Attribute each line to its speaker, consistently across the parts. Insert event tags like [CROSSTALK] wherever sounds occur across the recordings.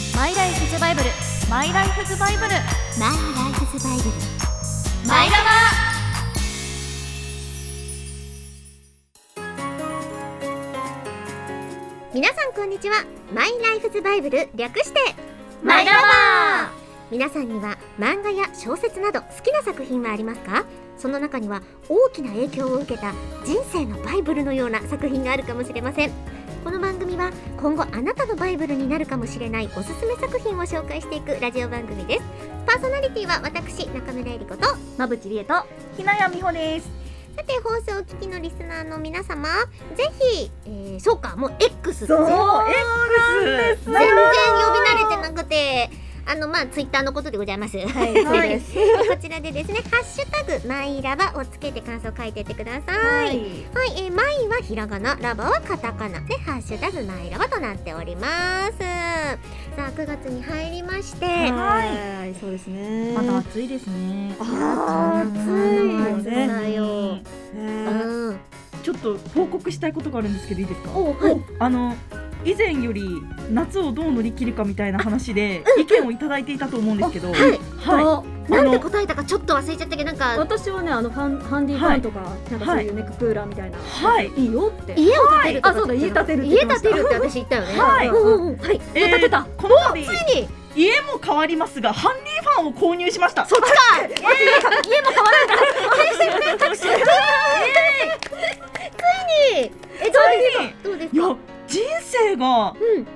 Speaker 1: バイブルマイライフズバイブル
Speaker 2: マイライフズバイブル
Speaker 1: マイラ
Speaker 2: 皆さんこんにちはマイライフズバイブル略して
Speaker 1: バマイラバ
Speaker 2: 皆さんには漫画や小説など好きな作品はありますかその中には大きな影響を受けた人生のバイブルのような作品があるかもしれませんこの番組は今後あなたのバイブルになるかもしれないおすすめ作品を紹介していくラジオ番組ですパーソナリティは私中村えり子と
Speaker 1: まぶちりえとひなやみほです
Speaker 2: さて放送を聞きのリスナーの皆様ぜひ、えーそうかもう X
Speaker 3: そ
Speaker 2: 全
Speaker 3: う、X
Speaker 2: 然
Speaker 3: なんです。
Speaker 2: 全然呼び慣れてなくてあのまあツイッターのことでございます、
Speaker 3: はい
Speaker 2: [LAUGHS] で
Speaker 3: そうです
Speaker 2: こちらでですね「ハッシュタグマイラバ」をつけて感想を書いてってください、はい
Speaker 3: い。
Speaker 2: えーマイはひらがなラバはカタカナで「ハッシュタグマイラバ」となっておりますさあ9月に入りまして、
Speaker 3: はい、そうですね。
Speaker 1: まだ暑いですね
Speaker 3: あー
Speaker 2: 暑い
Speaker 3: 暑
Speaker 2: だ
Speaker 3: いよ
Speaker 2: よ
Speaker 3: ね。ね
Speaker 2: うん
Speaker 3: ちょっと報告したいことがあるんですけどいいですか？
Speaker 2: おはい
Speaker 3: あの以前より夏をどう乗り切るかみたいな話で意見をいただいていたと思うんですけど、
Speaker 2: はい
Speaker 3: は
Speaker 2: となんて答えたかちょっと忘れちゃったけどなんか
Speaker 4: 私はねあのハンハンディファンとか、なんかそういうネッククーラーみたいな、
Speaker 3: いはい。
Speaker 4: い、いよって
Speaker 2: 家を建てるとか
Speaker 4: はいあそうだ家建てるって
Speaker 2: 家
Speaker 4: 言って
Speaker 2: 建
Speaker 4: ました
Speaker 2: てるって私言ったよね
Speaker 3: はい
Speaker 2: うんうんうんはい
Speaker 3: えー
Speaker 4: 出た
Speaker 3: この度
Speaker 2: ついに
Speaker 3: 家も変わりますがハンディファンを購入しました。
Speaker 2: そっちか家も変わらないえど
Speaker 3: ついに
Speaker 2: うです
Speaker 3: い
Speaker 2: か
Speaker 3: や人生が
Speaker 2: うん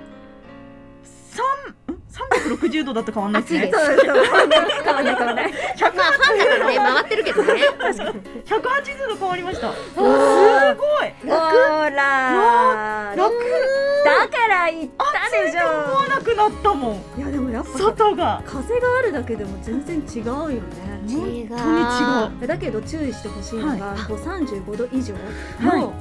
Speaker 3: 三三百六十度だと変わんないです
Speaker 2: 暑い
Speaker 3: ね
Speaker 2: で。す
Speaker 4: そうそう [LAUGHS] 変わんない変わ
Speaker 2: まあファ
Speaker 4: んない
Speaker 2: ンだからね回ってるけどね
Speaker 3: 百八十度変わりました。すご
Speaker 2: ー
Speaker 3: い。
Speaker 4: ほら
Speaker 3: 楽
Speaker 4: だから言ったでし
Speaker 3: 思わ
Speaker 4: ょ
Speaker 3: なくなったもん。
Speaker 4: いやでもやっぱさ
Speaker 3: 外が。
Speaker 4: 風があるだけでも全然違うよね
Speaker 2: 違う
Speaker 3: 本
Speaker 4: だけど注意してほしいのが、こう35度以上
Speaker 3: は
Speaker 4: の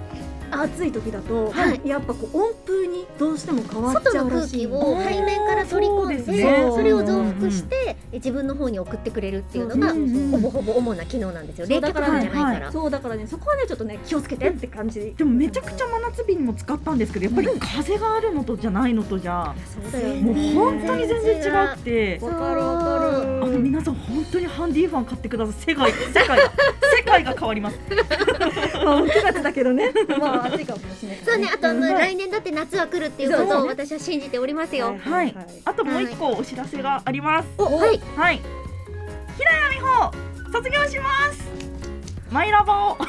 Speaker 4: 暑い時だと、
Speaker 2: はい
Speaker 4: やっぱこう温風にどうしても変わっち
Speaker 2: 外
Speaker 4: ゃ
Speaker 2: の
Speaker 4: うら
Speaker 2: 空
Speaker 4: し
Speaker 2: 気
Speaker 4: い
Speaker 2: を背面から取り込ん
Speaker 3: そ
Speaker 2: で
Speaker 3: うですね
Speaker 2: それを増幅して自分の方に送ってくれるっていうのが
Speaker 3: うんうん
Speaker 2: ほぼほぼ主な機能なんですよ
Speaker 4: そ
Speaker 2: 冷
Speaker 4: う
Speaker 2: 却
Speaker 4: だから
Speaker 2: なんじゃないから
Speaker 4: そうだからねそこはねちょっとね気をつけてって感じ
Speaker 3: でもめちゃくちゃ真夏日にも使ったんですけどやっぱり風があるのとじゃないのとじゃ
Speaker 2: そうだよ
Speaker 3: もう
Speaker 2: ね
Speaker 3: 本当に全然違くて
Speaker 2: そう
Speaker 4: わかるわ
Speaker 3: あ
Speaker 4: か
Speaker 3: の
Speaker 4: る
Speaker 3: 皆さん本当にハンディファン買ってください世界世界 [LAUGHS] が世界が変わります
Speaker 4: まあ9月だけどねまあ暑いかもしれない
Speaker 2: そうねあとあの
Speaker 3: うん
Speaker 2: 来年だって夏は来るっていうこと
Speaker 4: そう
Speaker 2: を
Speaker 4: ね
Speaker 2: 私は信じておりますよ
Speaker 3: はいあともう一個お知らせがあります
Speaker 2: おはい
Speaker 3: はい平谷美穂卒業しますマイラバを
Speaker 2: あ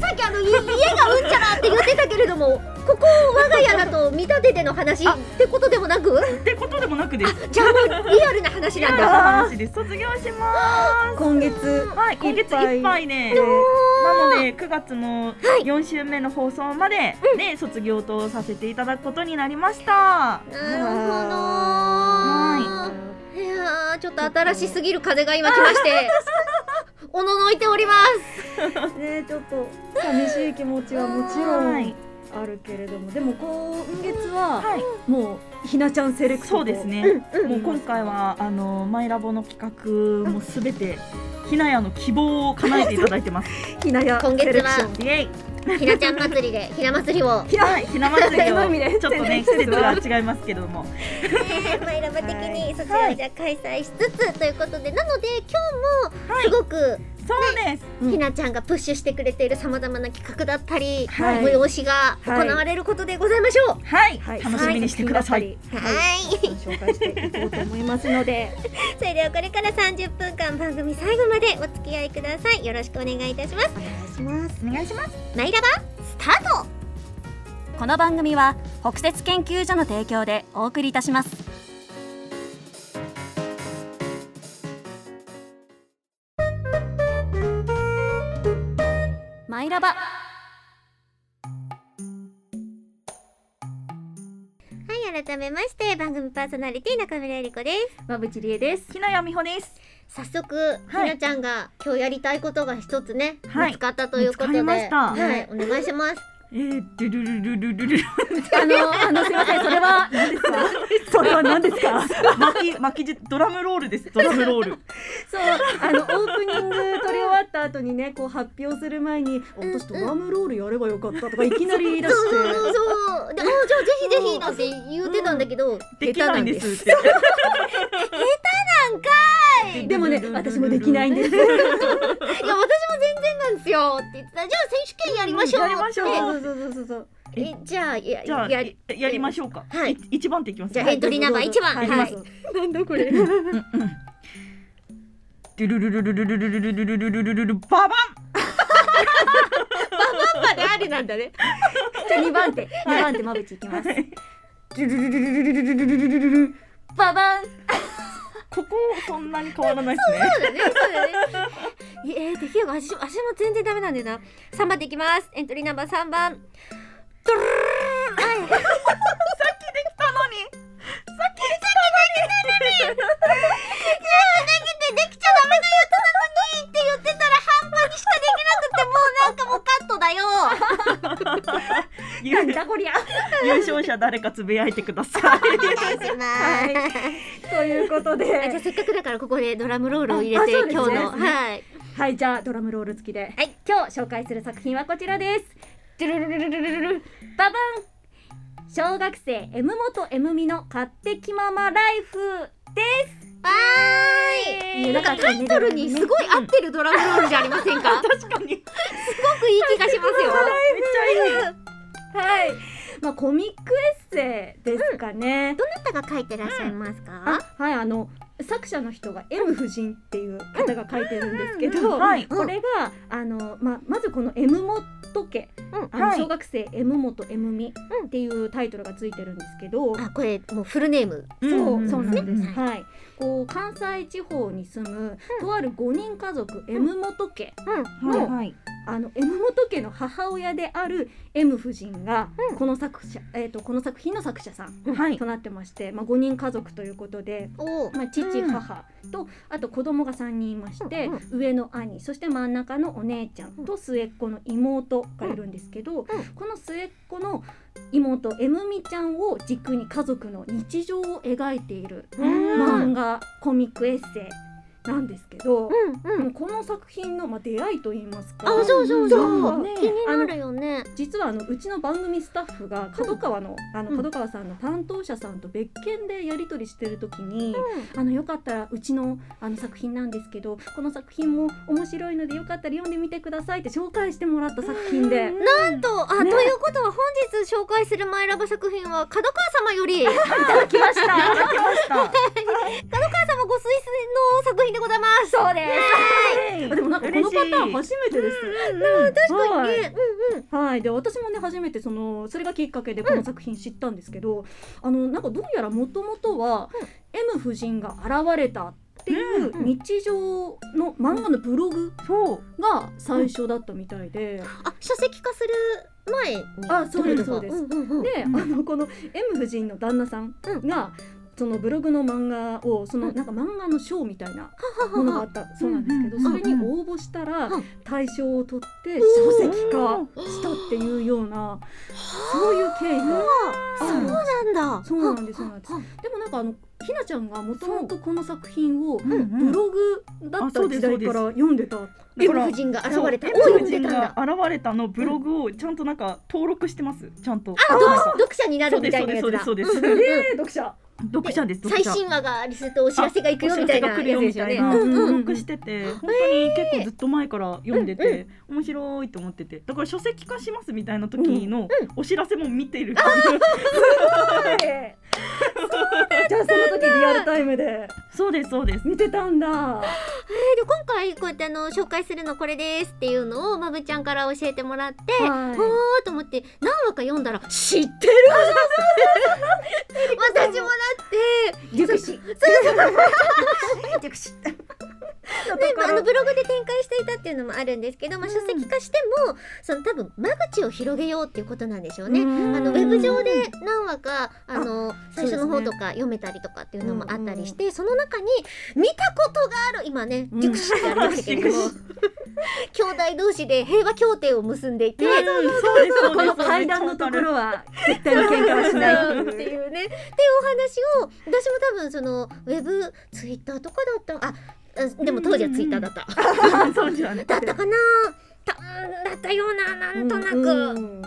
Speaker 2: さっきあのい家がうんちゃらって言ってたけれどもここを我が家だと見立てての話ってことでもなく
Speaker 3: ってことでもなくです
Speaker 2: じゃあもうリアルな話なんだ
Speaker 3: 話です卒業します
Speaker 4: 今月
Speaker 3: はい今月いっぱいねなので9月の4週目の放送までで、卒業とさせていただくことになりました。
Speaker 2: なるほ
Speaker 3: は
Speaker 2: どいやーちょっと新しすぎる風が今来ましておののいております
Speaker 4: ねちょっと寂しい気持ちはもちろ
Speaker 3: は
Speaker 4: ん
Speaker 3: い、
Speaker 4: あるけれどもでも今月は
Speaker 3: はい、
Speaker 4: もうひなちゃんセレクト
Speaker 3: そうですね。もう今回はあのマイラボの企画もすべてひなやの希望を叶えていただいてます。
Speaker 4: ひなや
Speaker 2: 今月は
Speaker 4: セレクシ
Speaker 3: [LAUGHS]
Speaker 4: ョン
Speaker 3: イエイ。
Speaker 2: ひなちゃん祭りでひな祭り [LAUGHS] を
Speaker 4: ひな
Speaker 3: [LAUGHS] はい、ひな祭りを
Speaker 4: 今見れ
Speaker 3: ちょっとね季節が違いますけども、
Speaker 2: マイラバ的にそちらをじゃあ開催しつつということでなので今日も
Speaker 3: はい
Speaker 2: すごく
Speaker 3: そうです。
Speaker 4: うん
Speaker 2: ひなちゃんがプッシュしてくれているさまざまな企画だったり
Speaker 4: はい
Speaker 2: 催しが行われることでございましょう
Speaker 3: はい、
Speaker 4: はい
Speaker 3: 楽しみにしてください。
Speaker 2: はい
Speaker 4: はい紹介していこうと思いますので
Speaker 2: それではこれから30分間番組最後までお付き合いくださいよろしくお願いいたします
Speaker 4: お願いします
Speaker 3: お願いします。
Speaker 2: マイラバスタート
Speaker 1: この番組は北節研究所の提供でお送りいたしますマイラバ
Speaker 2: はい改めまして番組パーソナリティ中村えり子で
Speaker 4: まぶちりえです
Speaker 3: ひなやみほです。
Speaker 2: す早速、
Speaker 3: はい
Speaker 2: ひなちゃんが今日やりたいことが一つね、
Speaker 3: はい
Speaker 2: 見つかったということで
Speaker 3: 見つかりました
Speaker 2: [LAUGHS] はいお願いします
Speaker 3: えー、ドゥルルルルルルル。
Speaker 4: あの、あの、すみません、それは、何ですか。
Speaker 3: それは何ですか。巻き、巻きじ、ドラムロールです。ドラムロール。
Speaker 4: そう、あの、オープニング撮り終わった後にね、こう発表する前に、私ドラムロールやればよかったとか、いきなり言い出
Speaker 2: そ
Speaker 4: して。
Speaker 2: うそうで「おーじゃあぜひぜひ」なんて言ってたんだけど、
Speaker 3: できないんですって。
Speaker 2: なんか
Speaker 4: でもね、私もできないんです。
Speaker 2: いいや私も全然なんですよって言ってたじゃあ選手権やりましょう
Speaker 3: やりましょう
Speaker 4: そうそうそうそうそう。
Speaker 2: ええじゃあや
Speaker 3: じゃあ、
Speaker 2: や
Speaker 3: ややりましょうか。
Speaker 2: はい
Speaker 3: い一番っていきます。
Speaker 2: じゃあエントリーナンバー一番
Speaker 4: はい
Speaker 2: はい
Speaker 4: どうぞ
Speaker 2: なんだこれ
Speaker 3: ドゥルルルルルルルルルルルルルルルババ
Speaker 2: パパでありなんだね
Speaker 4: じゃあ、二番手、二番手、まぶちいきます。
Speaker 3: ン。ドゥルルルルルルルルルルルルル。
Speaker 2: ババン
Speaker 3: ここそんなに変わらないですね。
Speaker 2: そうだね、そうだね。えー、できるか、私も、私も全然ダメなんだよな。三番でいきます。エントリーナンバー三番。ドルルルルルはい
Speaker 3: できたのに。
Speaker 2: いやできて、できちゃダメなやつなのにって言ってたら、半端にしかできなくて、もうなんかもうカットだよ。
Speaker 4: なんだ [LAUGHS] こりゃ。
Speaker 3: 優勝者誰かつぶやいてください。
Speaker 2: お願いし
Speaker 4: は
Speaker 2: ます。
Speaker 4: い。ということ
Speaker 2: あじゃあ
Speaker 4: で、
Speaker 2: せっかくだからここでドラムロールを入れて、
Speaker 4: あそうです
Speaker 2: 今
Speaker 4: ね
Speaker 2: 日の、はい。
Speaker 4: はい、じゃあ、ドラムロール付きで。
Speaker 2: はい、
Speaker 4: 今日紹介する作品はこちらです。ドゥルルルルルルルルババン。小学生 M 元 M みの勝手気ままライフです。
Speaker 2: わーい。
Speaker 4: いや
Speaker 2: なんかタイトルにすごい合ってるドラムロールじゃありません
Speaker 3: [LAUGHS]
Speaker 2: か。す
Speaker 3: 確かに。めっち
Speaker 2: ごくいい気がしますよ。
Speaker 3: ゃいい。
Speaker 4: はい、まあ、コミックエッセイですかね。
Speaker 2: どなたが書いてらっしゃいますか。
Speaker 4: あはい、あの作者の人が M 夫人っていう方が書いてるんですけ
Speaker 3: うんうんう
Speaker 4: ど、
Speaker 3: んはい
Speaker 4: これがあの、まあ、まずこの M モット家、
Speaker 2: うん
Speaker 4: あの
Speaker 3: はい
Speaker 4: 小学生 M 元 M みっていうタイトルがついてるんですけど、
Speaker 2: あ、これもうフルネーム。
Speaker 4: そう、
Speaker 3: ん
Speaker 4: そうなんです。
Speaker 2: うん
Speaker 4: はい、こう関西地方に住む、とある5人家族 M 元家
Speaker 2: う
Speaker 4: の、
Speaker 3: はい。
Speaker 4: あの M 元家の母親である M 夫人が、
Speaker 2: うん
Speaker 4: この作者、えっ、とこの作品の作者さん
Speaker 3: はい。
Speaker 4: となってまして、まあ5人家族ということで。
Speaker 2: ん。おお。
Speaker 4: まあ、
Speaker 3: うん
Speaker 4: 父母とあと子供が3人いまして、
Speaker 2: うん
Speaker 4: 上の兄そして真ん中のお姉ちゃんと末っ子の妹がいるんですけど、この末っ子の妹えむみちゃんを軸に家族の日常を描いている
Speaker 3: うん
Speaker 4: 漫画コミックエッセイなんですけど、
Speaker 2: うんう。
Speaker 4: もうんこの作品の、まあ、出会いといいますか
Speaker 2: あ、そうそうそう。
Speaker 3: ね
Speaker 2: 気になるよね。
Speaker 4: 実はあのうちの番組スタッフが角川の,、あの
Speaker 3: うん
Speaker 4: 角川さんの担当者さんと別件でやり取りしてる時に。あのよかったらうちのあの作品なんですけどこの作品も面白いのでよかったら読んでみてくださいって紹介してもらった作品で
Speaker 2: なんと、あ、
Speaker 4: ね
Speaker 2: ということは本日紹介するマイラバ作品は角川様より角川
Speaker 4: いただきました
Speaker 3: 書けました。
Speaker 2: 様ご推薦の作品でございます。そうで
Speaker 4: でもなんかこのパターン
Speaker 3: 嬉しい
Speaker 4: 初めてです、
Speaker 2: す。確かに
Speaker 4: はい
Speaker 2: ね。うんうん。
Speaker 4: はいで私もね初めてそのそれがきっかけでこの作品知ったんですけど、あのなんかどうやらもともとは、M 夫人が現れたっていう
Speaker 2: うん
Speaker 4: 日常の漫画のブログ
Speaker 3: そう。
Speaker 4: が最初だったみたいで、
Speaker 2: あ、書籍化する前に。
Speaker 4: あそうですそうです
Speaker 2: んうんうん。
Speaker 4: で、
Speaker 3: うん
Speaker 4: あのこの M 夫人の旦那さんが、
Speaker 2: う
Speaker 4: そのブログの漫画をそのなんか漫画の賞みたいなものがあったそうなんですけど、
Speaker 3: うんうんうん
Speaker 4: それに応募したら
Speaker 2: うん
Speaker 4: 大賞を取って
Speaker 2: お
Speaker 4: 書
Speaker 2: ー
Speaker 4: 籍化したっていうようなそういう経緯が
Speaker 2: そう
Speaker 4: ある
Speaker 2: なんだ。
Speaker 4: そうなんですそうなんです
Speaker 2: は
Speaker 4: でもなんかあのひなちゃんがもともとこの作品を
Speaker 3: うん
Speaker 4: ブ
Speaker 3: うん
Speaker 4: ログだっ
Speaker 3: あそ
Speaker 4: た
Speaker 3: うで
Speaker 4: 時
Speaker 3: す
Speaker 4: 代から読んでた、
Speaker 2: エム夫人が現れた。お
Speaker 3: そ
Speaker 2: い、読ん
Speaker 3: うエム夫
Speaker 2: で
Speaker 3: 人
Speaker 2: たん
Speaker 3: が
Speaker 2: だ。
Speaker 3: 現れたのブログをちゃんとなんか登録してます。ちゃんと。
Speaker 2: あ、
Speaker 3: なん
Speaker 2: 読
Speaker 3: か
Speaker 2: 読者になるみたいなやつだ。
Speaker 3: そうですそうですそ
Speaker 2: んん
Speaker 3: うです
Speaker 2: ん
Speaker 4: えー読者
Speaker 3: 読者です。読
Speaker 2: 最
Speaker 3: 者。
Speaker 2: 新話がリスとお知らせが行くよみたいなやつですよね。
Speaker 3: お知ら
Speaker 2: う
Speaker 3: せが来る
Speaker 2: んう
Speaker 3: よみたいな
Speaker 2: ん
Speaker 3: 登録してて、本当に結構ずっと前から読んでて、面白いと思ってて、だから書籍化しますみたいな時のお知らせも見てる。
Speaker 2: [LAUGHS]
Speaker 4: はいじゃあその時リアルタイムで
Speaker 3: そうですそうです。
Speaker 4: 見てたんだ
Speaker 2: えーで今回こうやってあの紹介するのこれですっていうのをまぶちゃんから教えてもらって、は
Speaker 4: はい
Speaker 2: ーと思って何話か読んだら知ってる私もだって
Speaker 4: 熟し
Speaker 2: でまああのブログで展開していたっていうのもあるんですけど、まあ、書籍化しても、その多分間口を広げようっていうことなんでしょうね。あのウェブ上で何話かあの最初の方とか読めたりとかっていうのもあったりして、その中に見たことがある今ね
Speaker 4: うん
Speaker 2: 熟知ってありましたけれども、兄弟同士で平和協定を結んでいて、
Speaker 3: うんそうですそうで
Speaker 4: こ
Speaker 3: す
Speaker 4: の階段のところは絶対に喧嘩はしな
Speaker 2: ない
Speaker 4: い
Speaker 2: っていうね。でお話を私も多分そのウェブツイッターとかだったああでも当時はツイッターだった、
Speaker 3: あそうじゃん
Speaker 2: だったかなただったようななんとなく、ね
Speaker 4: うん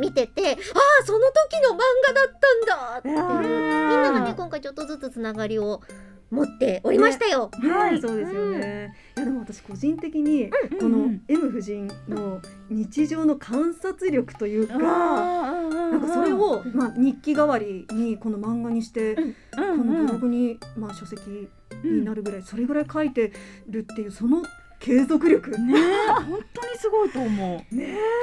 Speaker 2: 見ててああその時の漫画だったんだっていうみんながね今回ちょっとずつつながりを持っておりましたよ。
Speaker 3: は
Speaker 4: はいい、そうですよね。いやでも私個人的にこ
Speaker 3: う
Speaker 4: の
Speaker 3: ん
Speaker 4: M 夫人の日常の観察力というか、な
Speaker 3: なん
Speaker 4: かそれをまあ日記代わりにこの漫画にして、
Speaker 3: こ
Speaker 4: このブログにまあ書籍になるぐらいそれぐらい書いてるっていうその継続力。
Speaker 3: ねえ本当にすごいと思う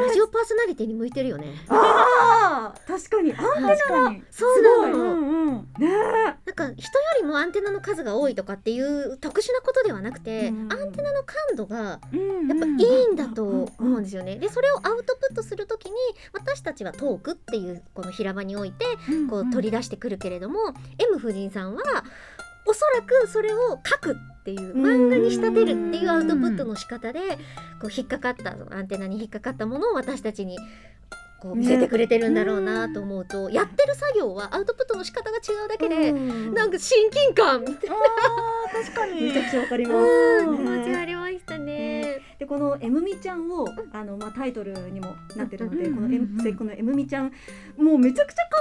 Speaker 2: ラジオパーソナリティに向いてるよね。
Speaker 4: ああ、確かに。あん
Speaker 3: 確かに
Speaker 2: そうな
Speaker 3: う
Speaker 2: の
Speaker 3: んうん
Speaker 4: ね
Speaker 2: なんか人よりもアンテナの数が多いとかっていう特殊なことではなくて、
Speaker 4: うん
Speaker 2: アンテナの感度が
Speaker 3: うん
Speaker 2: やっぱい
Speaker 3: うん
Speaker 2: いんだと思うんですよね。でそれをアウトプットするときに私たちはトークっていうこの平場においてこう取り出してくるけれども、M 夫人さんはおそらくそれを書くっていう漫画に仕立てるっていうアウトプットの仕方でこう引っかかったアンテナに引っかかったものを私たちにこう見せてくれてるんだろうなと思うと、やってる作業はアウトプットの仕方が違うだけで、なんか親近感みたい
Speaker 3: あー確かに
Speaker 4: めちゃくちゃわかります。
Speaker 2: な
Speaker 4: うん
Speaker 2: 気持ちありましたね。
Speaker 4: でこの「えむみちゃんを」あの、まあ、タイトルにもなってるので
Speaker 3: うん
Speaker 4: こ
Speaker 3: う
Speaker 4: の
Speaker 3: んうん
Speaker 4: え
Speaker 3: うん
Speaker 4: むせこの「えむみちゃん」もうめちゃくちゃ可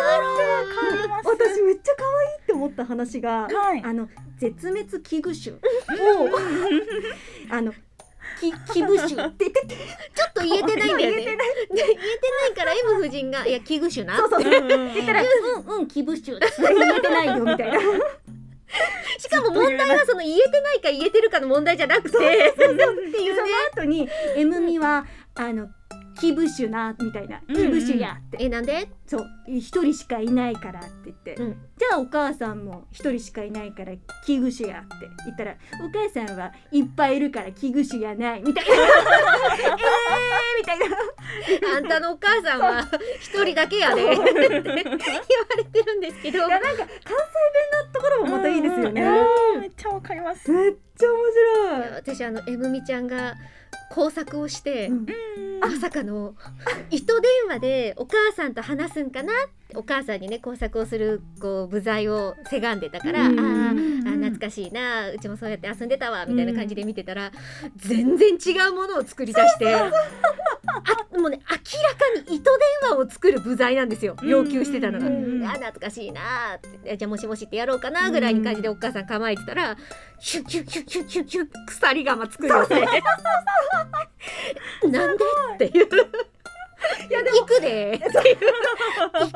Speaker 3: 変わります
Speaker 4: 愛い私めっちゃ可愛いって思った話
Speaker 3: は
Speaker 4: が
Speaker 3: い
Speaker 4: あの絶滅危惧種をあのき危惧種って言って
Speaker 2: ちょっと言えてないんだよね。
Speaker 3: 言え
Speaker 2: 言えてないから M 夫 [LAUGHS] 人が「いや危惧種な」
Speaker 4: そうそう
Speaker 3: うんうん
Speaker 4: 言ったら「うんうん危惧種」言えてないよみたいな
Speaker 2: しかも問
Speaker 3: [LAUGHS]
Speaker 2: 題はその言えてないか言えてるかの問題じゃなくてっていうね
Speaker 4: その後に「えむみはあの危惧種な」みたいな「
Speaker 3: う
Speaker 4: 危
Speaker 3: んうん
Speaker 4: 惧種や」って
Speaker 2: えなんで
Speaker 4: そう一人しかいないからって言って、
Speaker 2: うん
Speaker 4: じゃあお母さんも一人しかいないから危惧種やって言ったらお母さんはいっぱいいるから危惧種やないみたいなえーみたいな [LAUGHS]
Speaker 2: あんたのお母さんは一人だけやねって言われてるんですけど
Speaker 4: なんか関西弁のところもまたいいですよね、
Speaker 3: うんうんめっちゃわかります
Speaker 4: めっちゃ面白い
Speaker 2: 私あのえむみちゃんが工作をして、
Speaker 4: うん
Speaker 2: まさかの糸電話でお母さんと話すんかなってお母さんにね工作をするこう部材をせがんでたから、
Speaker 4: うん
Speaker 2: あーあ
Speaker 3: うん
Speaker 2: 懐かしいなうちもそうやって遊んでたわみたいな感じで見てたら、全然違うものを作り出してあもうね明らかに糸電話を作る部材なんですよ要求してたのが。
Speaker 3: う
Speaker 2: あ
Speaker 3: んうんうん
Speaker 2: あー懐かしいなーってじゃあもしもしってやろうかなぐらいに感じでお母さん構えてたら、ヒュッヒュッヒュッヒュッヒュッヒュッ鎖釜作りをされてなんでっていう。いやでも行くでーっていう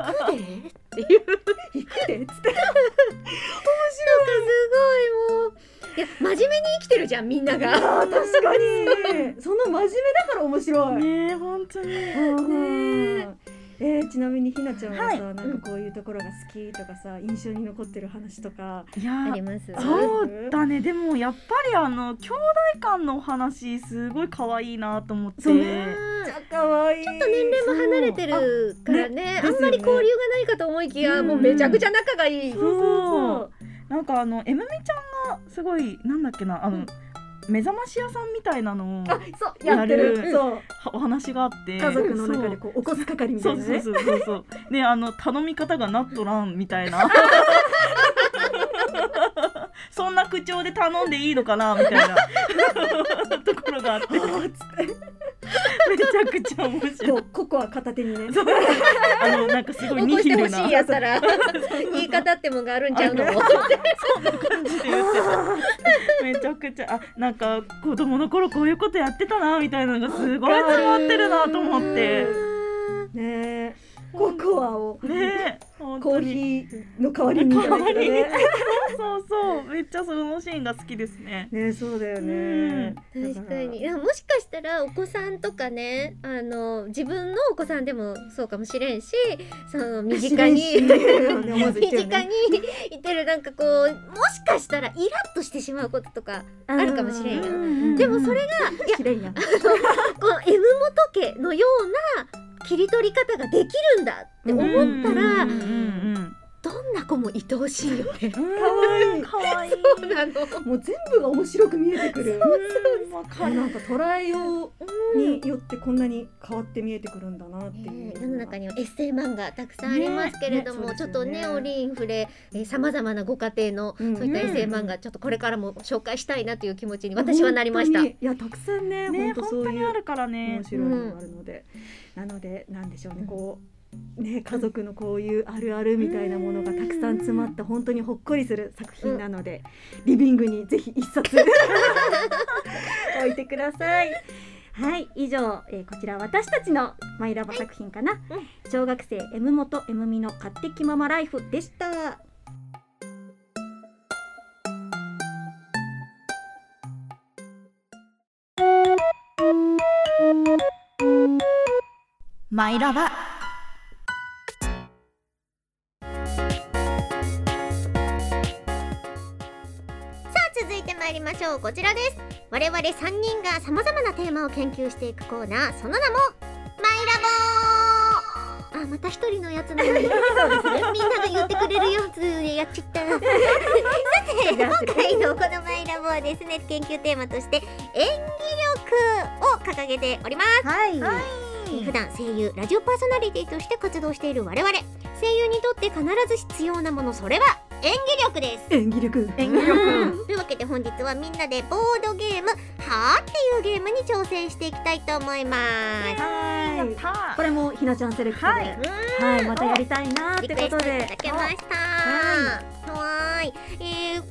Speaker 2: 行くでーっていう
Speaker 4: 行くでっつって
Speaker 2: なんかすごいもういや真面目に生きてるじゃんみんなが。
Speaker 4: あー確かにその真面目だから面白い、
Speaker 3: ねえ本当に
Speaker 4: うんえーちなみにひなちゃんはさ、
Speaker 3: は
Speaker 4: なんかこういうところが好きとかさ印象に残ってる話とか
Speaker 3: いやー
Speaker 2: あります。
Speaker 3: そうだねでもやっぱりあの兄弟間のお話すごい可愛いなと思って
Speaker 4: そう
Speaker 2: あ
Speaker 4: ねめっち
Speaker 2: ー
Speaker 4: ゃ可愛い。ちょっと
Speaker 2: 年齢も離れてるからねあんまり交流がないかと思いきや、
Speaker 4: うん
Speaker 2: もうめちゃくちゃ仲がいい。
Speaker 3: そうなんかあのえむみちゃんがすごいなんだっけなあの、目覚まし屋さんみたいなのを
Speaker 4: あ、そうやってる。
Speaker 3: やる
Speaker 4: そう
Speaker 3: お話があって
Speaker 4: 家族の中でこうおこす係みた
Speaker 3: そ
Speaker 4: いうな
Speaker 3: そうそ
Speaker 4: ね。
Speaker 3: うそうそうそうであの頼み方がなっとらんみたいな [LAUGHS] そんな口調で頼んでいいのかなみたいな [LAUGHS] ところがあってめち
Speaker 4: あーつって
Speaker 3: ゃくちゃ面白
Speaker 4: こ
Speaker 3: いう
Speaker 4: ココア片手にね。
Speaker 3: そうあのなんかすごい
Speaker 2: 起こ
Speaker 3: ニ
Speaker 2: し
Speaker 3: ヒ
Speaker 2: てほ
Speaker 3: ル
Speaker 2: し
Speaker 3: ない
Speaker 2: やったら言い方ってもんがあるんちゃうの
Speaker 3: ある感じで言ってためちゃくちゃあなんか子供の頃こういうことやってたなみたいなのがすごい詰まってるなと思って
Speaker 4: ねえ、ココアを
Speaker 3: ねえ本
Speaker 4: コ
Speaker 3: 当
Speaker 4: ーヒ
Speaker 3: に
Speaker 4: ーの代わりにいただいてね。
Speaker 3: そうそうめっちゃそのシーンが好きですね
Speaker 4: ねえ、そうだよね。
Speaker 2: 確かにいやもしかしたらお子さんとかねあの自分のお子さんでもそうかもしれんしその身近に
Speaker 4: 知らんしね思わず
Speaker 2: 身
Speaker 4: 言っち
Speaker 2: 近
Speaker 4: ゃうよね
Speaker 2: にいてるなんかこうもしかしたらイラッとしてしまうこととかあるかもしれんや。
Speaker 4: うんん
Speaker 2: でもそれが
Speaker 4: 知らんやん。
Speaker 2: この M 元家のような切り取り方ができるんだって思ったら
Speaker 3: うんうんうんうん
Speaker 2: どんな
Speaker 5: 子も愛おしいよね
Speaker 3: 愛い可愛い
Speaker 5: そうなの
Speaker 4: もう全部が面白く見えてくる
Speaker 3: うんわかる
Speaker 4: なんか捉えようによってこんなに変わって見えてくるんだなっていう、
Speaker 5: ね世の中にはエッセイ漫画たくさんありますけれども、
Speaker 3: ねね
Speaker 5: ち
Speaker 3: そ
Speaker 5: ょ
Speaker 3: う
Speaker 5: っ
Speaker 3: ですよね
Speaker 5: とね折りん触れさまざまなご家庭の
Speaker 4: うん
Speaker 5: そういったエッセイ漫画、ちょっとこれからも紹介したいなという気持ちに私はなりました。
Speaker 4: 本当にいやたくさんね
Speaker 3: ね
Speaker 4: 本当そ
Speaker 3: 本当
Speaker 4: う
Speaker 3: に
Speaker 4: い
Speaker 3: あ
Speaker 4: う
Speaker 3: るからね
Speaker 4: 面白いのがあるので、なのでなんでしょうねこうね家族のこういうあるあるみたいなものがたくさん詰まった本当にほっこりする作品なので、リビングにぜひ一冊 [LAUGHS] 置いてください。はい以上、えーこちら私たちのマイラバ作品かな、
Speaker 5: うん
Speaker 4: 小学生 M 元 M みの勝手気ままライフでした。
Speaker 6: マイラバ
Speaker 5: 続いてまいりましょうこちらです我々3人がさまざまなテーマを研究していくコーナーその名もマイラボーあまた一人のやつなのにみんなが言ってくれるやつでやっちゃったさて今回のこのマイラボはですね研究テーマとして演技力を掲げております
Speaker 6: はい
Speaker 5: 普段声優ラジオパーソナリティとして活動している我々声優にとって必ず必要なものそれは演技力です
Speaker 4: 演技力
Speaker 3: 演技力
Speaker 5: うんというわけで本日はみんなでボードゲーム「はーっていうゲームに挑戦していきたいと思います。
Speaker 4: は
Speaker 3: やっ
Speaker 4: い
Speaker 3: たー
Speaker 4: これもひなちゃんセレクトで、
Speaker 3: は
Speaker 4: はいい
Speaker 5: うん
Speaker 4: またやりたいなーっ
Speaker 5: リ
Speaker 4: て
Speaker 5: ク
Speaker 4: こ
Speaker 5: エスト
Speaker 4: と
Speaker 5: い
Speaker 4: で
Speaker 5: ただきましたはーいえー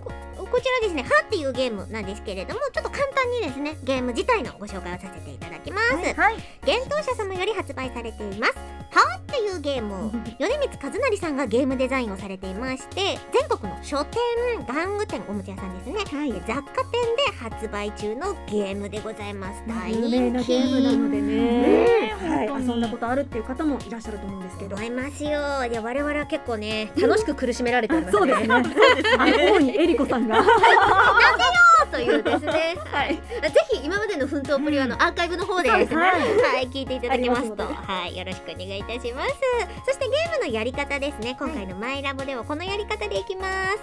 Speaker 5: ここちらですね「は」っていうゲームなんですけれどもちょっと簡単にですねゲーム自体のご紹介をさせていただきます、
Speaker 3: はい
Speaker 5: 幻冬者様より発売されています「は」っていうゲーム
Speaker 4: [LAUGHS]
Speaker 5: を米光和成さんがゲームデザインをされていまして全国の書店玩具店おもちゃ屋さんですね
Speaker 4: はい
Speaker 5: 雑貨店で発売中のゲームでございます。大人気
Speaker 4: 有名なゲームなのでね
Speaker 3: ね
Speaker 4: は
Speaker 3: 本
Speaker 4: い、
Speaker 3: 当に
Speaker 4: 遊んだことあるっていう方もいらっしゃると思うんですけど
Speaker 5: 思いますよ。いや我々は結構ね楽しく苦しめられてます、ね。
Speaker 4: そうですねあの方にえりこさん [LAUGHS] がは
Speaker 5: というですね。はい。ぜひ今までの奮闘ぶりはあのアーカイブの方で
Speaker 4: そう
Speaker 5: で
Speaker 4: ですす
Speaker 5: ね。
Speaker 4: ね
Speaker 5: はい、聞いていただけますと、
Speaker 4: あり
Speaker 5: はい、よろしくお願いいたします。そしてゲームのやり方ですね。今回のマイラボではこのやり方でいきます。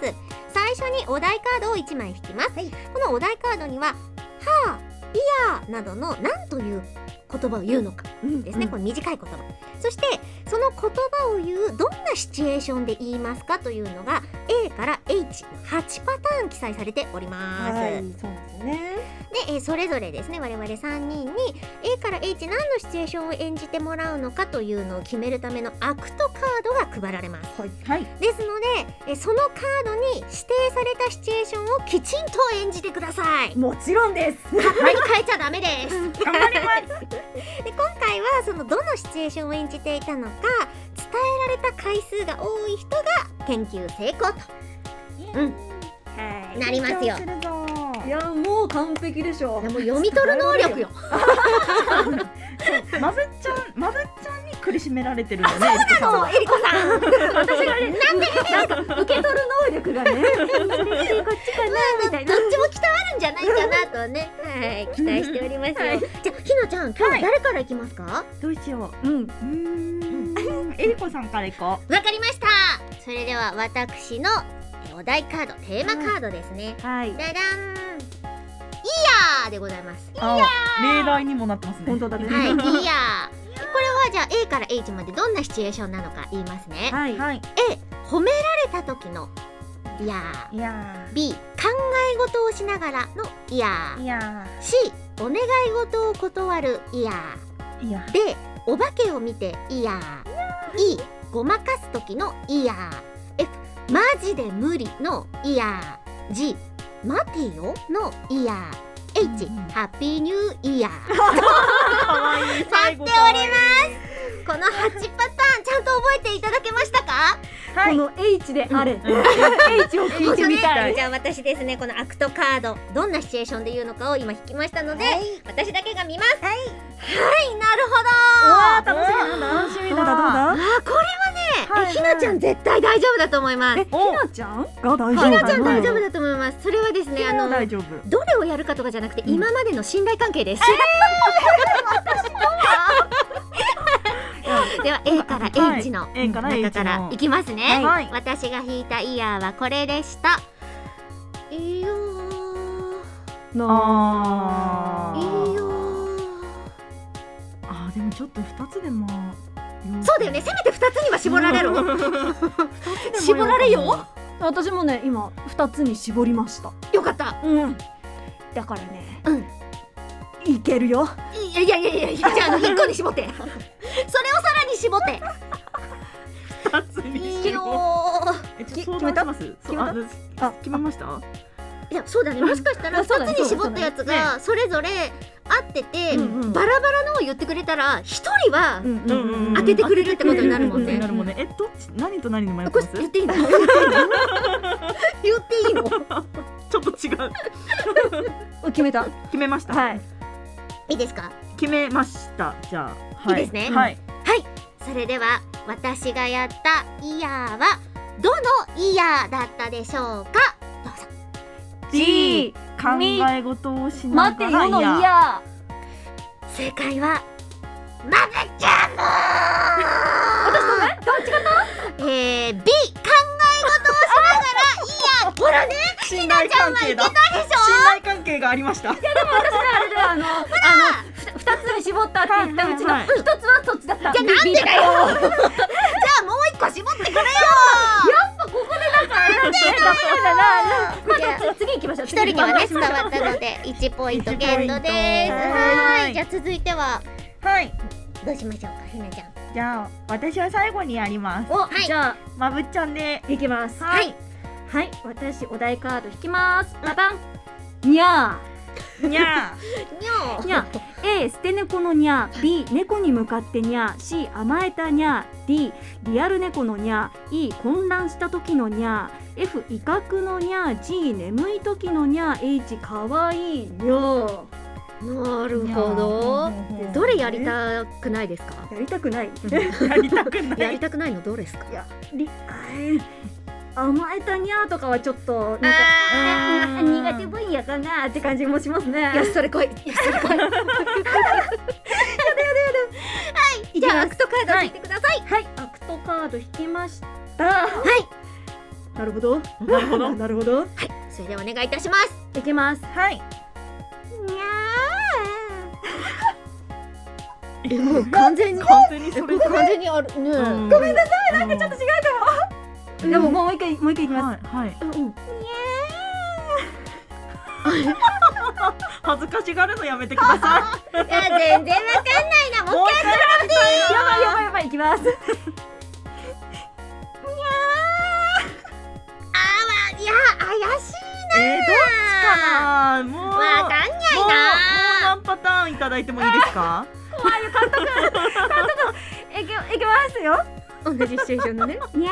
Speaker 5: 最初にお題カードを1枚引きます。このお題カードにははあ、いやなどのなんという言葉を言うのかですね。この短い言葉。そしてその言葉を言うどんなシチュエーションで言いますかというのが A から H8 パターン記載されておりま
Speaker 4: そ
Speaker 5: す。
Speaker 4: うなんですよね
Speaker 5: で、えーそれぞれですね我々3人に A から H 何のシチュエーションを演じてもらうのかというのを決めるためのアクトカードが配られます
Speaker 3: はいはい
Speaker 5: ですので、えーそのカードに指定されたシチュエーションをきちんと演じてください
Speaker 4: もちろんです
Speaker 5: [LAUGHS] はい変えちゃダメです
Speaker 3: 頑張ります
Speaker 5: で今回はそのどのシチュエーションを演じていたのか伝えられた回数が多い人が研究成功と
Speaker 3: はい
Speaker 5: なりますよ
Speaker 3: 緊張るぞ
Speaker 4: いやもう完璧でしょ
Speaker 5: いやもう読み取る能力 [LAUGHS] よ
Speaker 3: まぶっちゃんまぶっちゃんに苦しめられてるよね
Speaker 5: そうなのえりこさん私がねなんで
Speaker 4: 受け取る能力がねこっちかなみたい
Speaker 5: ど
Speaker 4: な
Speaker 5: っちも鍛わるんじゃないかなとね、はい、期待しておりますよ。
Speaker 4: はい
Speaker 5: じゃあ、ひなちゃん、今日誰から行きますか。わ、
Speaker 3: どうしよううんうーんえりこさんから行こ
Speaker 5: かりました。それでは、私のえお題カード、テーマカードですね。
Speaker 4: はい
Speaker 5: じゃじゃん。いやーでございます。
Speaker 3: うあ例題にもなってますね [LAUGHS]
Speaker 4: 本当だね
Speaker 5: はい、いやー。これはじゃあ A から H までどんなシチュエーションなのか言いますね。
Speaker 4: はいはい
Speaker 3: はい
Speaker 5: A 褒められた時のいや
Speaker 3: いや
Speaker 5: ー B 考え事をしながらのいや
Speaker 3: ー
Speaker 5: ー
Speaker 3: いや
Speaker 5: C お願い事を断るいやー
Speaker 3: ーいや
Speaker 5: でお化けを見ていやー E ごまかす時のいやー F マジで無理のいやー G 待てよのいやー H、
Speaker 3: うんうん
Speaker 5: ハッピーニューイヤー
Speaker 3: 可愛い
Speaker 5: 最
Speaker 3: 最
Speaker 5: 後
Speaker 3: 後
Speaker 5: 可愛いこの8パターンちゃんと覚えていただけましたか
Speaker 3: はい
Speaker 4: この H であれ、
Speaker 3: うん
Speaker 4: H を聞いてみたい
Speaker 5: じゃあ私ですねこのアクトカードどんなシチュエーションで言うのかを今引きましたので、私だけが見ますはい、なるほど
Speaker 4: わあ楽しみだ
Speaker 3: 楽しみだ
Speaker 4: どうだどうだ
Speaker 5: あーこれはね、
Speaker 3: はい
Speaker 5: えひなちゃん絶対大丈夫だと思います
Speaker 4: え、ひなちゃんが大丈夫
Speaker 5: ひ
Speaker 4: か
Speaker 5: なちゃん大丈夫だと思います。それはですね、あの
Speaker 3: 大丈夫
Speaker 5: どれをやるかとかじゃなくて、
Speaker 3: ん
Speaker 5: 今ま [LAUGHS] での信頼関係です。
Speaker 4: いや
Speaker 2: では A から H の
Speaker 3: A から H の
Speaker 2: 中からいきますね、
Speaker 3: はい
Speaker 2: 私が弾いたイヤーはこれでしたいいよー
Speaker 3: あ
Speaker 2: い
Speaker 3: ー
Speaker 2: いよー
Speaker 3: あーでもちょっと二つでも
Speaker 2: そうだよねせめて二つには絞られろ、よ絞
Speaker 3: 絞
Speaker 2: ら
Speaker 3: ら
Speaker 2: れ
Speaker 3: れ
Speaker 2: よ
Speaker 3: よ
Speaker 4: 私もね今二つに絞りました
Speaker 2: かった
Speaker 4: うんだからね
Speaker 2: うん
Speaker 4: いけるよ
Speaker 2: いやいやいやいやじゃああの一個に絞ってそれをさらに絞って
Speaker 3: 二つに
Speaker 2: いいよ
Speaker 3: 絞
Speaker 2: ー
Speaker 3: えち
Speaker 4: き
Speaker 3: ょ相談します
Speaker 4: 決めた
Speaker 3: そうあ
Speaker 4: あ
Speaker 3: 決めました
Speaker 2: いやそうだねもしかしたら
Speaker 4: あそう
Speaker 2: 二
Speaker 4: だ
Speaker 2: つ
Speaker 4: ね
Speaker 2: に絞ったやつがそれぞれ合ってて、
Speaker 4: うんうん
Speaker 2: バラバラのを言ってくれたら一人は
Speaker 4: ん
Speaker 3: うん
Speaker 2: 当ててくれるってことになるもん
Speaker 3: うん
Speaker 2: ね
Speaker 3: なるもんねえどっち何と何に迷って
Speaker 2: こ
Speaker 3: ま
Speaker 2: れ
Speaker 3: す
Speaker 2: 言っていいの [LAUGHS] 言っていいの
Speaker 3: ちょっと違う
Speaker 4: 決めた
Speaker 3: 決めました
Speaker 4: はい
Speaker 2: [LAUGHS] いいですか
Speaker 3: 決めましたじゃあはい
Speaker 2: いですね
Speaker 3: はい
Speaker 2: それでは私がやったイヤーはどのイヤーだったでしょうか
Speaker 3: G 考え事をしな
Speaker 4: 待って
Speaker 3: が
Speaker 4: よの
Speaker 3: ら
Speaker 4: い
Speaker 3: いや
Speaker 4: や
Speaker 2: 正解はマブちゃんの [LAUGHS] 私とねどっちかなえー、B 考え事をしながらイヤーほ [LAUGHS] らね
Speaker 3: 信頼関係だ信
Speaker 2: でしょ
Speaker 3: 頼関係がありました
Speaker 4: あれだあのあのふた二つに絞ったって言ったうちの
Speaker 3: はいはいは
Speaker 4: 一つはそっちだった
Speaker 2: じゃあなんでだよ
Speaker 4: よ
Speaker 2: じゃあもう一個絞ってくれよ
Speaker 4: まあ次行きましょ
Speaker 2: [LAUGHS]
Speaker 4: う
Speaker 2: 一人にはね [LAUGHS]
Speaker 4: 次
Speaker 2: 伝
Speaker 4: 行きましょう
Speaker 2: わったので1ポ [LAUGHS] イントゲットです
Speaker 3: はい
Speaker 2: はいじゃあ続いては
Speaker 3: はい
Speaker 2: どうしましょうかひなちゃん
Speaker 3: じゃあ私は最後にやります
Speaker 4: お、
Speaker 2: はい
Speaker 4: じゃあ
Speaker 3: まぶっちゃんで
Speaker 4: 行きます
Speaker 3: はい
Speaker 4: はい私お題カード引きますパパンにゃ
Speaker 3: にゃ
Speaker 2: にょ
Speaker 4: ーにゃー A 捨て猫のにゃー B 猫に向かってにゃー C 甘えたにゃー D リアル猫のにゃー E 混乱した時のにゃー F 威嚇のにゃー G 眠い時のにゃー H かわいいにゃー
Speaker 2: な
Speaker 3: ー
Speaker 2: るほど
Speaker 3: にゃー
Speaker 2: どれやりたくないですか
Speaker 4: やりたくない
Speaker 3: やりたく
Speaker 2: や
Speaker 3: な
Speaker 2: り
Speaker 3: い
Speaker 2: たくないのどれですか
Speaker 4: 理解甘えたにゃーとかはちょっとなんか
Speaker 2: あ
Speaker 4: あー苦手分野かなーって感じもしますね
Speaker 2: いやそれ来いいやそれ来いやだやだやだはいじゃあアクトカードを引いてください
Speaker 4: はい、アクトカード引きました。はい。なるほど。なるほど。 [LAUGHS] なるほど。
Speaker 2: はいそれではお願いいたします
Speaker 4: いきます。
Speaker 3: はい
Speaker 2: に
Speaker 3: もう
Speaker 2: 完全に
Speaker 3: 完全にそれ
Speaker 2: 完全にあるね
Speaker 3: ごめんなさいなんかちょっと違
Speaker 4: でももう一回もう一回いきます。
Speaker 3: はいはい
Speaker 2: うん
Speaker 3: 恥ずかしがるのやめてくださ
Speaker 2: [LAUGHS] いや全然わかんないな
Speaker 3: い
Speaker 2: もう一
Speaker 3: 一回やって
Speaker 4: やばいやばいやばいいきます。
Speaker 2: 回あーいや怪しい
Speaker 3: えー、どっちかなもう
Speaker 2: わかんない
Speaker 3: もうもう
Speaker 2: な
Speaker 3: 何パターンいただいてもいいですか
Speaker 4: いきいきますよ。
Speaker 2: 同じシチュエーションのね
Speaker 4: にゃ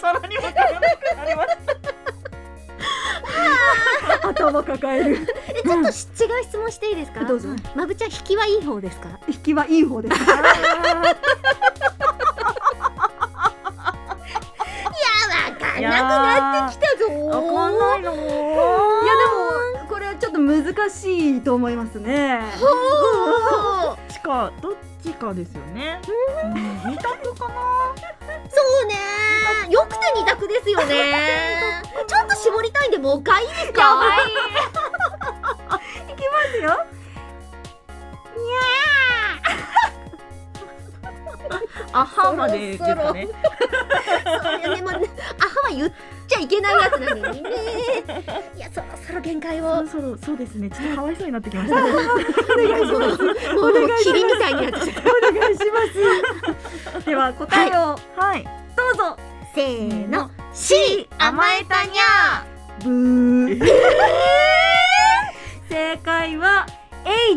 Speaker 3: さらにわからなくなりまし
Speaker 4: ー頭抱える。
Speaker 2: えちょっとし違う質問していいですか
Speaker 4: どうぞ。
Speaker 2: まぶちゃん引きはいい方ですか
Speaker 4: 引きはいい方です。
Speaker 2: あわか
Speaker 3: た
Speaker 2: んなくなってきたぞ
Speaker 3: わかんないの
Speaker 4: いやでもこれはちょっと難しいと思いますね。
Speaker 2: おー
Speaker 3: どっちかどっちかですよねうん二択かな
Speaker 2: そうねよくて二択ですよねちょっと絞りたいんでもう一回いいですか
Speaker 4: い。いきますよ。
Speaker 3: あはまでですか
Speaker 2: い
Speaker 3: ね
Speaker 2: やでもねアハは言っちゃいけないやつなのにねいやそろそろ限界を
Speaker 3: そ
Speaker 2: も
Speaker 3: ろそろそうですねちょっとかわいそうになってきましたは
Speaker 2: うもう霧みたいになっちゃった
Speaker 4: お願いします。では答えを
Speaker 3: い
Speaker 4: どうぞ。
Speaker 2: せーの C 甘えたにゃ
Speaker 4: ブー。正解は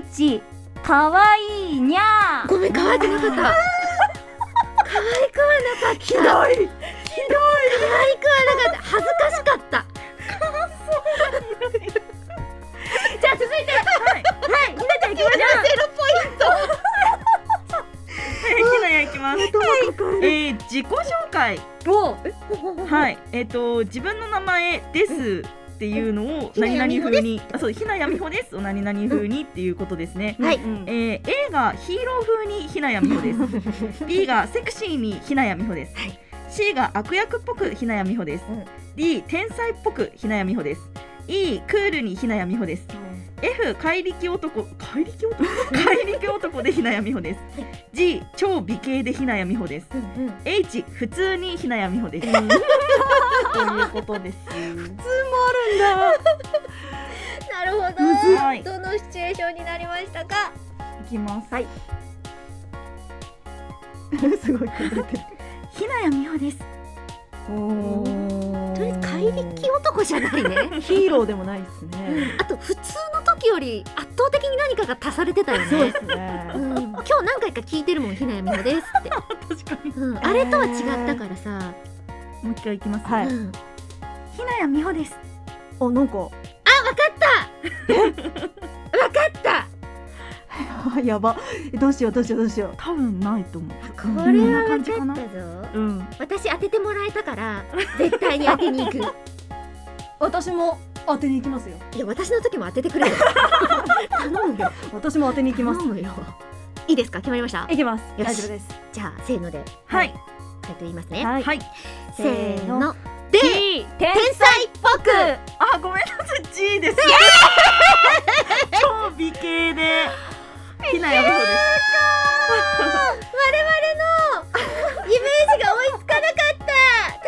Speaker 4: H かわいいにゃ
Speaker 2: ーごめん可愛くなかった可愛くはなかったひどいひどい可愛くはなかった恥ずかしかった
Speaker 4: じゃあ続いてはい、はい、ひなちゃん行きまし
Speaker 2: ゼロポイン
Speaker 3: えーひなやいきますえー自己紹介
Speaker 4: ょう。お、
Speaker 3: はいえっ、と自分の名前ですっていうのを
Speaker 5: ひな
Speaker 3: 何
Speaker 5: やみ
Speaker 3: 々
Speaker 5: ほ
Speaker 3: 風にあそうひなやみほですを何々風にっていうことですね、
Speaker 5: はい
Speaker 3: えー A がヒーロー風にひなやみほです
Speaker 5: [LAUGHS]
Speaker 3: B がセクシーにひなやみほです、
Speaker 5: はい
Speaker 3: C が悪役っぽくひなやみほです、
Speaker 5: うん
Speaker 3: D 天才っぽくひなやみほです E クールにひなやみほです F 怪力男怪力男怪力男でひなやみほです G 超美形でひなやみほです
Speaker 5: うんうん
Speaker 3: H 普通にひなやみほです
Speaker 7: と
Speaker 3: [LAUGHS]
Speaker 7: いうことです。
Speaker 5: なるほど
Speaker 3: むずいはい
Speaker 5: どのシチュエーションになりましたか
Speaker 3: いきます
Speaker 5: はい
Speaker 3: すごい崩れてるひなやみほです
Speaker 4: おー
Speaker 5: とりあえず怪力男じゃないね
Speaker 4: ヒーローでもないですね。
Speaker 5: あと普通の時より圧倒的に何かが足されてたよ
Speaker 4: そう
Speaker 5: ね
Speaker 4: ですね
Speaker 5: う。ん、今日何回か聞いてるもんひなやみほですって、
Speaker 3: 確かに
Speaker 5: うん、 [LAUGHS] あれとは違ったからさ、
Speaker 3: もう一回いきます
Speaker 4: はい
Speaker 5: うん、
Speaker 3: ひなやみほです
Speaker 4: おなんか
Speaker 5: 分かった
Speaker 4: あやばえどうしようどうしようどうしよう。
Speaker 3: 多分ないと思う
Speaker 5: これ
Speaker 3: こん
Speaker 5: は
Speaker 3: な感じ
Speaker 5: 分
Speaker 3: か
Speaker 5: か
Speaker 3: な
Speaker 5: ったぞ
Speaker 3: うん
Speaker 5: 私当ててもらえたから絶対に当て
Speaker 2: [LAUGHS]
Speaker 5: に行く
Speaker 4: 私も当てに行きますよ。
Speaker 5: いや私の時も当ててくれよ頼むよ
Speaker 4: 私も当てに行きま
Speaker 5: 頼
Speaker 4: す。
Speaker 5: むよいいですか決まりました
Speaker 4: 行きます。
Speaker 5: よし
Speaker 4: 大丈夫です。
Speaker 5: じゃあせーので
Speaker 3: はい
Speaker 5: 回答言いますね、
Speaker 4: はい。
Speaker 3: はい
Speaker 5: せーので
Speaker 1: D 天
Speaker 5: 天才っぽく
Speaker 3: あごめんなさい G です超美形でひなやみほです
Speaker 5: 我々のイメージが追いつかなかった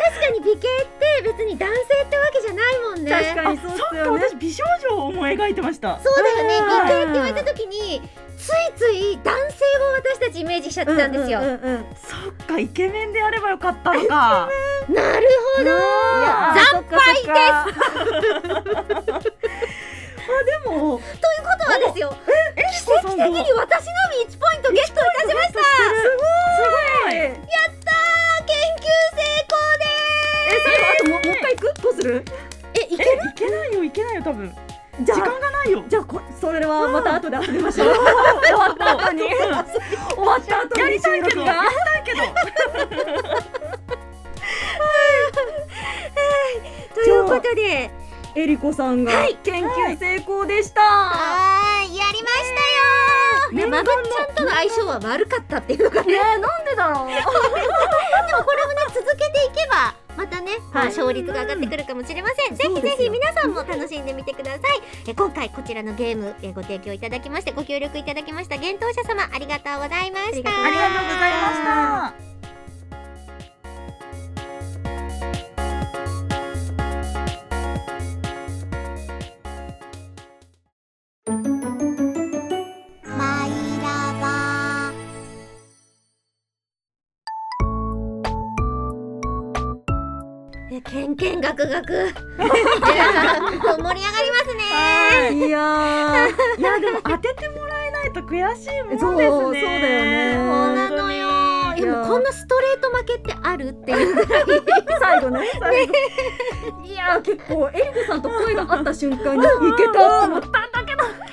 Speaker 5: 確かに美形って別に男性ってわけじゃないもんね
Speaker 4: 確か
Speaker 3: あ
Speaker 4: にそうっす
Speaker 3: そ
Speaker 4: よ
Speaker 3: うか。
Speaker 4: ね
Speaker 3: 私美少女を思い描いてました
Speaker 5: そうだよね
Speaker 4: うん
Speaker 5: 美形って言われた時についつい男性を私たちイメージしちゃってたんですよ、
Speaker 4: うううんうん
Speaker 3: そっかイケメンであればよかったのか
Speaker 5: なるほど
Speaker 4: いや
Speaker 5: 惨
Speaker 4: 敗です。
Speaker 3: でも
Speaker 5: ことはですよ奇跡的に私のみ1ポイントゲットいたしました
Speaker 3: すごい
Speaker 4: え
Speaker 5: やったー研究成
Speaker 4: それもあとももう一回行く？どうする？
Speaker 5: 功ですえいけ
Speaker 3: えいけないよいけないよ多分
Speaker 4: じゃ
Speaker 3: 時
Speaker 4: あ
Speaker 3: 間がないよ
Speaker 4: じゃあこそれはまた後で遊びま [LAUGHS] しょう。終わった後に。終わった後に
Speaker 3: やりたいけ
Speaker 4: 収
Speaker 3: ど
Speaker 4: 録
Speaker 3: や
Speaker 4: が
Speaker 3: りたいけど
Speaker 5: ということで
Speaker 4: えりこさんが研究成功でした。
Speaker 5: あーやりましたよーでまぶっちゃんとの相性は悪かったっていうのがね
Speaker 4: ねえなんでだろう。
Speaker 5: でもこれをね続けていけばまたね、
Speaker 4: はい
Speaker 5: 勝率が上がってくるかもしれません、ぜ
Speaker 4: そ
Speaker 5: ひ
Speaker 4: うで
Speaker 5: ぜ
Speaker 4: す
Speaker 5: ひ
Speaker 4: よ
Speaker 5: 皆さんも楽しんでみてくださいえ今回こちらのゲームえご提供いただきましてご協力いただきました幻冬者様ありがとうございました
Speaker 3: ありがとうございました
Speaker 5: マイラバーけんけんがくがくいや
Speaker 4: [LAUGHS]
Speaker 5: ー盛り上がりますね
Speaker 4: いやー
Speaker 3: い
Speaker 4: [LAUGHS]
Speaker 3: やでも当ててもらえないと悔しいもんですね。
Speaker 4: そうそうだよね
Speaker 5: そうなのよ
Speaker 4: い
Speaker 5: で
Speaker 4: や
Speaker 5: もこんなストレート負けってあ
Speaker 4: [LAUGHS]
Speaker 5: るっていうぐらい
Speaker 4: 最後ね
Speaker 3: 最後
Speaker 4: [LAUGHS] いやー結構えりこさんと声が合った瞬間 [LAUGHS] にいけたと思った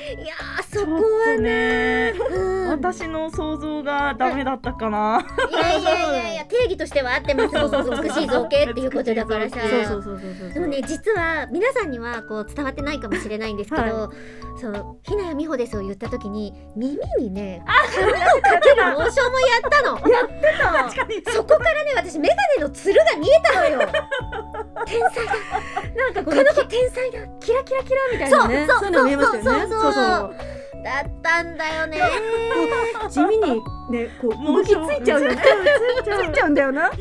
Speaker 5: いやーそ
Speaker 3: ち
Speaker 5: こ
Speaker 3: ょっ
Speaker 5: は
Speaker 3: と
Speaker 5: ね
Speaker 3: ね。
Speaker 5: うん
Speaker 3: 私の想像がダメだったかな。
Speaker 5: いやいやいやいや定義としては合ってますもん美しい造形っていうことだからさ
Speaker 3: 美しい
Speaker 4: そうそうそうそう
Speaker 5: で
Speaker 4: そう
Speaker 5: もね実は皆さんにはこう伝わってないかもしれないんですけど、そうひなやみほですを言った時に耳にね髪をかけるモーションもやったの
Speaker 3: 確かに。
Speaker 5: そこからね私メガネのつるが見えたのよ
Speaker 4: [LAUGHS]
Speaker 5: 天才だ
Speaker 4: なんかこ
Speaker 5: こ
Speaker 4: の
Speaker 5: の子天才だ
Speaker 4: キラキラキラみたいなね
Speaker 5: そう
Speaker 4: そういうの見えましたよね
Speaker 5: そうそうそうだったんだ
Speaker 4: [LAUGHS]
Speaker 5: よね
Speaker 4: そうそう地味にねこう
Speaker 3: も
Speaker 4: 動
Speaker 3: う
Speaker 4: きついちゃうよね [LAUGHS] ついちゃうんだよな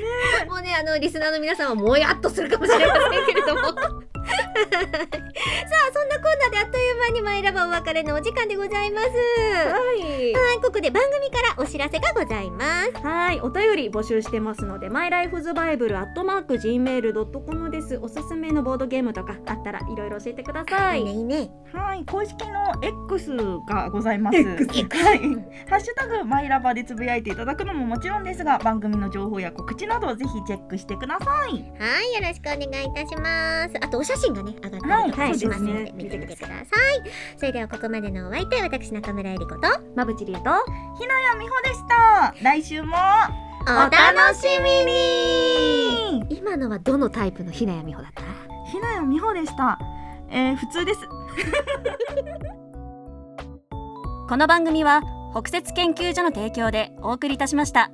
Speaker 5: もうねあのリスナーの皆さんはもやっとするかもしれませんけれどもさあそんなこんなであっという間にマイラバお別れのお時間でございます
Speaker 4: はい
Speaker 5: はいここで番組からお知らせがございます
Speaker 4: はい、お便り募集してますので、マイライフズバイブルアットマーク gmail ドットコムです。おすすめのボードゲームとかあったらいろいろ教えてくださ
Speaker 5: いい
Speaker 4: い。
Speaker 5: ねいいね
Speaker 3: はい、公式の X がございます。
Speaker 4: X
Speaker 3: はい、ハッシュタグマイラバでつぶやいていただくのももちろんですが、番組の情報や告知などをぜひチェックしてください。
Speaker 5: はいよろしくお願いいたしますあとお写真がね上がったりと
Speaker 3: は
Speaker 5: か
Speaker 3: い
Speaker 5: しますので、
Speaker 4: はいそうですね
Speaker 5: 見てみてくださいそれではここまでのお相手私中村えり子と
Speaker 4: まぶちりえと、
Speaker 3: ひなやみほでした。来週も
Speaker 5: お楽しみに今のはどのタイプのひなやみほだった
Speaker 3: ひなやみほでした。えー普通です
Speaker 1: [LAUGHS] この番組は北雪研究所の提供でお送りいたしました。